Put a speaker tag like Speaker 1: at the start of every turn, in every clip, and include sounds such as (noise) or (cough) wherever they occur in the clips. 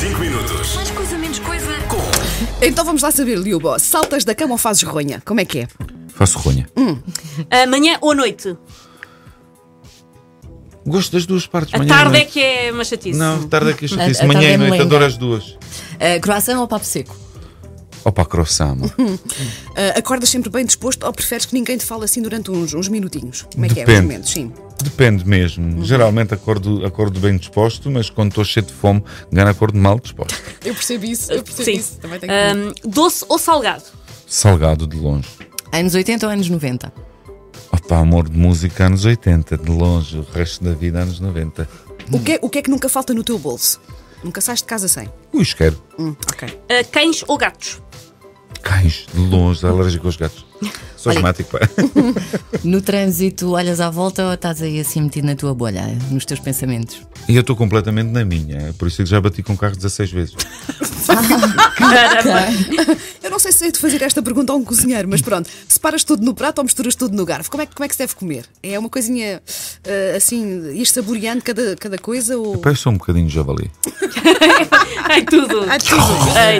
Speaker 1: 5 minutos.
Speaker 2: Mais coisa, menos coisa.
Speaker 3: Então vamos lá saber, Liubo, saltas da cama ou fazes ronha? Como é que é?
Speaker 4: Faço ronha.
Speaker 5: Amanhã ou noite.
Speaker 4: Gosto das duas partes.
Speaker 5: A
Speaker 4: manhã e
Speaker 5: tarde é
Speaker 4: noite.
Speaker 5: que é uma chatice.
Speaker 4: Não, tarde é que isto disse.
Speaker 6: a
Speaker 4: Manhã
Speaker 6: tarde
Speaker 4: e
Speaker 6: é
Speaker 4: noite,
Speaker 6: molenga.
Speaker 4: adoro as duas.
Speaker 3: Eh,
Speaker 6: Uh, croissant ou papo seco?
Speaker 4: Opa, croissant.
Speaker 3: (laughs)
Speaker 4: mano.
Speaker 3: Ah, acordas sempre bem disposto ou preferes que ninguém te fale assim durante uns, uns minutinhos? Como é que é? Uns
Speaker 4: Depende.
Speaker 3: momentos, sim.
Speaker 4: Depende mesmo.
Speaker 6: Uhum.
Speaker 4: Geralmente acordo, acordo bem disposto, mas quando estou cheio de fome, ganho acordo mal disposto.
Speaker 6: (laughs)
Speaker 3: Eu percebo isso, eu percebo
Speaker 5: Sim.
Speaker 3: isso. Também tenho que...
Speaker 5: Ahm, Hum, doce ou salgado?
Speaker 4: Salgado de longe.
Speaker 6: Anos 80 ou anos 90?
Speaker 4: Opa, amor de música anos 80, de longe, o resto da vida anos 90.
Speaker 3: O, que é, o que é que nunca falta no teu bolso? Nunca sais de casa sem.
Speaker 4: Ui, os quero.
Speaker 3: Hum, ok.
Speaker 5: Ah, cães ou gatos? (laughs)
Speaker 4: Cães, de longe, alérgico aos gatos.
Speaker 6: (laughs)
Speaker 4: Sou asmático, pá.
Speaker 6: No trânsito, olhas à volta ou estás aí assim metido na tua bolha, nos teus pensamentos?
Speaker 4: E eu estou completamente na minha, por isso é que já bati com o carro 16
Speaker 6: (laughs)
Speaker 4: vezes.
Speaker 3: Eu não sei se é de fazer esta pergunta a um cozinheiro, mas pronto. Separas tudo no prato ou misturas tudo no garfo? Como é, que- como é que se deve comer? É uma coisinha ah, assim, ir saboreando cada, cada coisa ou.
Speaker 4: Pá, eu sou um bocadinho javali.
Speaker 5: Ai, tudo.
Speaker 3: Ah, tudo.
Speaker 5: Ai,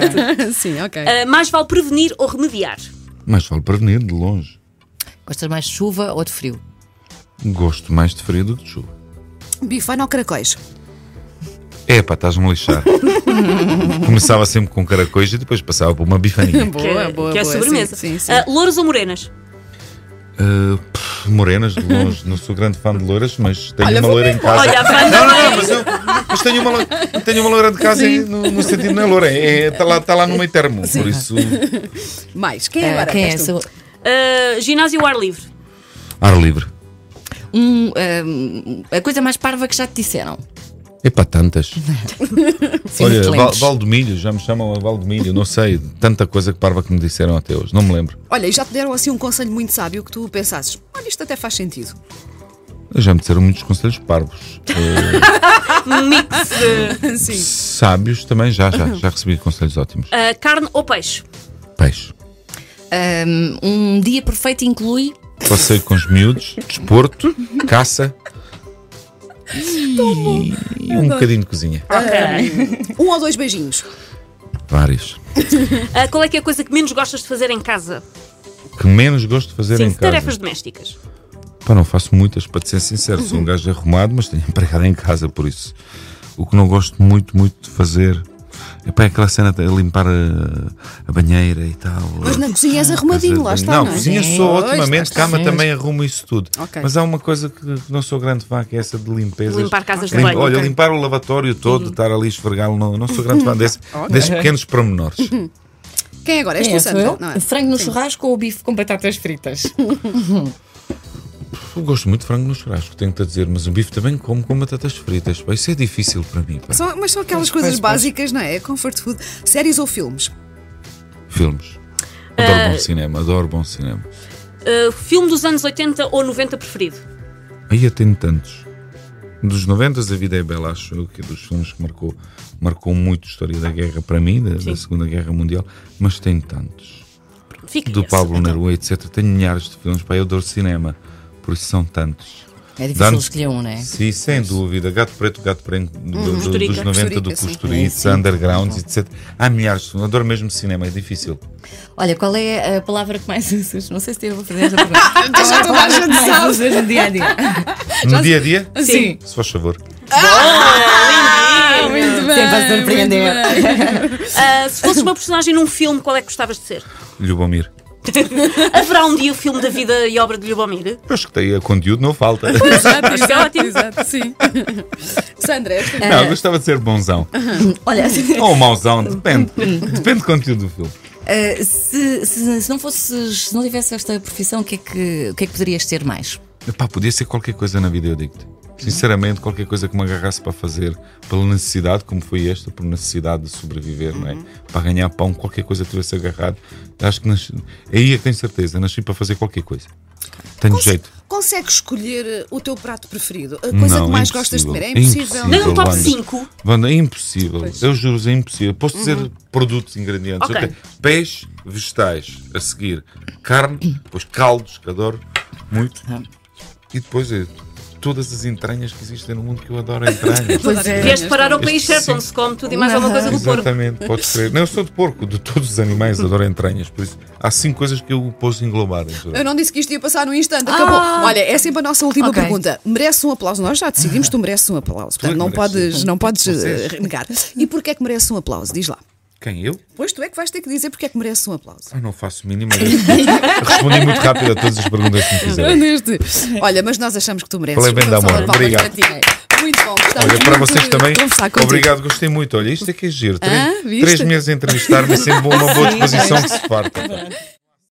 Speaker 3: (laughs)
Speaker 5: tudo.
Speaker 3: sim, ok.
Speaker 5: Ah, mais vale prevenir ou remediar?
Speaker 4: Mas vale prevenir, de longe.
Speaker 6: Gostas mais de chuva ou de frio?
Speaker 4: Gosto mais de frio do que de chuva.
Speaker 3: Bifana ou caracóis?
Speaker 4: É pá, estás-me a lixar. Começava sempre com caracóis e depois passava por uma bifaninha.
Speaker 3: Boa,
Speaker 5: que é, que é
Speaker 3: sim,
Speaker 5: sobremesa.
Speaker 3: Sim, sim.
Speaker 5: Ah, louros ou morenas?
Speaker 4: Ah, pff, morenas, de longe. Não sou grande fã de loiras, mas tenho
Speaker 3: Olha,
Speaker 4: uma
Speaker 3: vou
Speaker 4: loira em casa.
Speaker 5: Olha, a Wanda
Speaker 4: não, não,
Speaker 5: vai.
Speaker 4: não, mas, eu, mas tenho, uma, lo- tenho uma loira de casa e no, no sentido não é loira. Está lá, tá lá no meio termo. Por isso,
Speaker 3: Mais, quem é
Speaker 6: Ah,
Speaker 3: agora?
Speaker 6: quem é
Speaker 3: És tu.
Speaker 6: essa?
Speaker 5: Ah, ginásio ou ar livre?
Speaker 4: ar livre.
Speaker 6: Um, um, a coisa mais parva que já te disseram.
Speaker 4: É para tantas.
Speaker 6: Sim,
Speaker 4: Olha,
Speaker 6: muito
Speaker 4: Val,
Speaker 6: lembres.
Speaker 4: Valdomilho, já me chamam a Valdomilho, não sei, tanta coisa que parva que me disseram até hoje, não me lembro.
Speaker 3: Olha, e já te deram assim um conselho muito sábio que tu pensasses, olha, isto até faz sentido.
Speaker 4: Já me disseram muitos conselhos parvos. Eh,
Speaker 5: Um mix. de-
Speaker 3: Sim.
Speaker 4: sábios também, já, já, já recebi conselhos ótimos.
Speaker 5: Ah, carne ou peixe?
Speaker 4: Peixe.
Speaker 6: Um, um dia perfeito inclui.
Speaker 4: Passeio com os miúdos, desporto, caça. E um bocadinho de cozinha.
Speaker 3: Um ou dois beijinhos.
Speaker 4: Vários.
Speaker 5: Ah, qual é que é a coisa que menos gostas de fazer em casa?
Speaker 4: Que menos gosto de fazer
Speaker 5: Sim, é
Speaker 4: em casa.
Speaker 5: tarefas domésticas.
Speaker 4: Pá, não faço muitas, para te ser sincero. Sou um gajo arrumado, mas tenho (laughs) empregada em casa, por isso. O que não gosto muito, muito de fazer. Epá, é aquela cena de limpar a, a banheira e tal.
Speaker 3: Mas na cozinha és arrumadinho, lá está, não,
Speaker 4: Não,
Speaker 3: Ah, é?
Speaker 4: cozinha
Speaker 6: Sim,
Speaker 4: sou
Speaker 3: pois, lá
Speaker 4: otimamente,
Speaker 3: está.
Speaker 4: cama também arrumo isso tudo.
Speaker 3: Ok.
Speaker 4: Mas há uma coisa que não sou grande fã, que é essa de limpeza.
Speaker 5: Limpar casas de
Speaker 4: Lim-
Speaker 5: banho.
Speaker 4: Olha,
Speaker 5: Ok.
Speaker 4: limpar o lavatório todo, estar ali esfregá-lo, não, não sou grande fã desse, desses pequenos pormenores.
Speaker 3: Quem é agora? És tu, Sandra? Não é?
Speaker 6: Frango no churrasco ou bife com batatas
Speaker 3: (laughs)
Speaker 6: fritas?
Speaker 4: Eu gosto muito de frango no churrasco, tenho-te a dizer, mas o bife também como com batatas fritas. Pá, isso é difícil para mim. Pá.
Speaker 3: São- mas são aquelas coisas básicas, não é? Comfort food. Séries ou filmes?
Speaker 4: Filmes. Adoro bom cinema, adoro bom cinema.
Speaker 5: Ah, filme dos anos 80 ou 90 preferido?
Speaker 4: Aí eu tenho tantos. Dos 90 A Vida é Bela, acho eu, que é dos filmes que marcou, marcou muito a história da guerra para mim, da, da Segunda Guerra Mundial, mas tenho tantos.
Speaker 5: Fica
Speaker 4: Do
Speaker 5: esse.
Speaker 4: Pablo
Speaker 6: então.
Speaker 4: Neruda, etc. Tenho milhares de filmes, pá, eu adoro cinema, por isso são tantos.
Speaker 6: É difícil
Speaker 4: Dando-
Speaker 6: escolher um, não é? Uhum.
Speaker 4: Sim, sem dúvida. Gato Preto, Gato Preto do- do-
Speaker 5: Costurica.
Speaker 4: dos 90 do
Speaker 3: Costurica, sim.
Speaker 4: Costurica, Undergrounds, etc. Há milhares de filmes. Adoro mesmo cinema, é difícil.
Speaker 6: Olha, qual é a palavra que mais usas? Não sei se eu vou fazer
Speaker 3: (laughs)
Speaker 6: esta pergunta. qual é a palavra que mais usas no dia a dia?
Speaker 4: No dia a dia,
Speaker 6: Sim.
Speaker 4: se faz favor.
Speaker 6: Sempre a surpreender.
Speaker 5: Ah, se fosses uma personagem num filme, qual é que gostavas de ser?
Speaker 4: Lubomir.
Speaker 5: Haverá um dia o filme da vida e obra de Lubomir?
Speaker 4: Eu acho que tem a conteúdo, não falta. (laughs)
Speaker 5: Acho
Speaker 3: (laughs)
Speaker 5: que é ótimo.
Speaker 3: Exato, sim. Sandra, és
Speaker 6: é.
Speaker 3: tu?
Speaker 4: Não, eu gostava de ser bonzão.
Speaker 6: (laughs) Olha,
Speaker 4: Ou mauzão, depende. Depende do conteúdo do filme.
Speaker 6: Uh, se, se- se não fosses, se não tivesse esta profissão, o que é que, o que, é que poderias ter mais?
Speaker 4: Epá, podia ser qualquer coisa na vida, eu digo-te. Sinceramente, qualquer coisa que me agarrasse para fazer, pela necessidade, como foi esta, por necessidade de sobreviver, não é? Para ganhar pão, qualquer coisa que tivesse agarrado. Acho que nasci... aí é que tenho certeza, nasci para fazer qualquer coisa. Tenho jeito.
Speaker 3: Consegues escolher uh, o teu prato preferido? A coisa
Speaker 4: Não,
Speaker 3: que mais
Speaker 4: é
Speaker 3: gostas de comer? É
Speaker 4: impossível.
Speaker 3: impossível.
Speaker 4: É
Speaker 5: Dê um top
Speaker 4: Wanda.
Speaker 5: 5.
Speaker 4: Wanda, é impossível. Eu juro, é impossível. Posso dizer produtos, ingredientes.
Speaker 5: Uhum. Ok.
Speaker 4: Eu tenho Peixe, vegetais, a seguir carne, depois caldos, que adoro muito. E depois é todas as entranhas que existem no mundo, que
Speaker 5: (laughs)
Speaker 4: eu adoro entranhas.
Speaker 6: Pois é.
Speaker 5: Vieste parar ao país
Speaker 4: Este
Speaker 5: certo,
Speaker 4: sim.
Speaker 5: onde se come tudo e mais alguma coisa do porco. Uhum.
Speaker 4: Exatamente, pode ser. Não, eu sou de porco, de todos os animais, adoro entranhas. Por isso, há cinco coisas que eu posso englobar. então. em geral.
Speaker 5: Uhum.
Speaker 3: Eu não disse que isto ia passar num instante, acabou. Olha, é sempre a nossa última
Speaker 6: Ok.
Speaker 3: pergunta. Merece um aplauso? Nós já decidimos que tu mereces um aplauso. Portanto,
Speaker 4: é que
Speaker 3: não
Speaker 4: mereces.
Speaker 3: podes, não podes
Speaker 4: Vocês.
Speaker 3: eh, negar. E porquê é que merece um aplauso? Diz lá.
Speaker 4: Quem? Eu?
Speaker 3: Pois tu é que vais ter que dizer porque é que merece um aplauso.
Speaker 4: Ah, não faço mínima. ideia. (laughs) Respondi muito rápido a todas as perguntas que me fizeram.
Speaker 3: Neste. Olha, mas nós achamos que tu mereces.
Speaker 4: Falei bem
Speaker 3: Uma
Speaker 4: da
Speaker 3: salva
Speaker 4: amor.
Speaker 3: de palmas
Speaker 4: Obrigado.
Speaker 3: para ti. Muito bom. gostava
Speaker 4: Olha, para
Speaker 3: muito
Speaker 4: vocês
Speaker 3: de
Speaker 4: também,
Speaker 3: conversar contigo.
Speaker 4: obrigado, gostei muito. Olha, isto é que é giro. Três,
Speaker 3: Ah, viste? (laughs)
Speaker 4: três meses a entrevistar-me, é sempre uma boa disposição que se parte.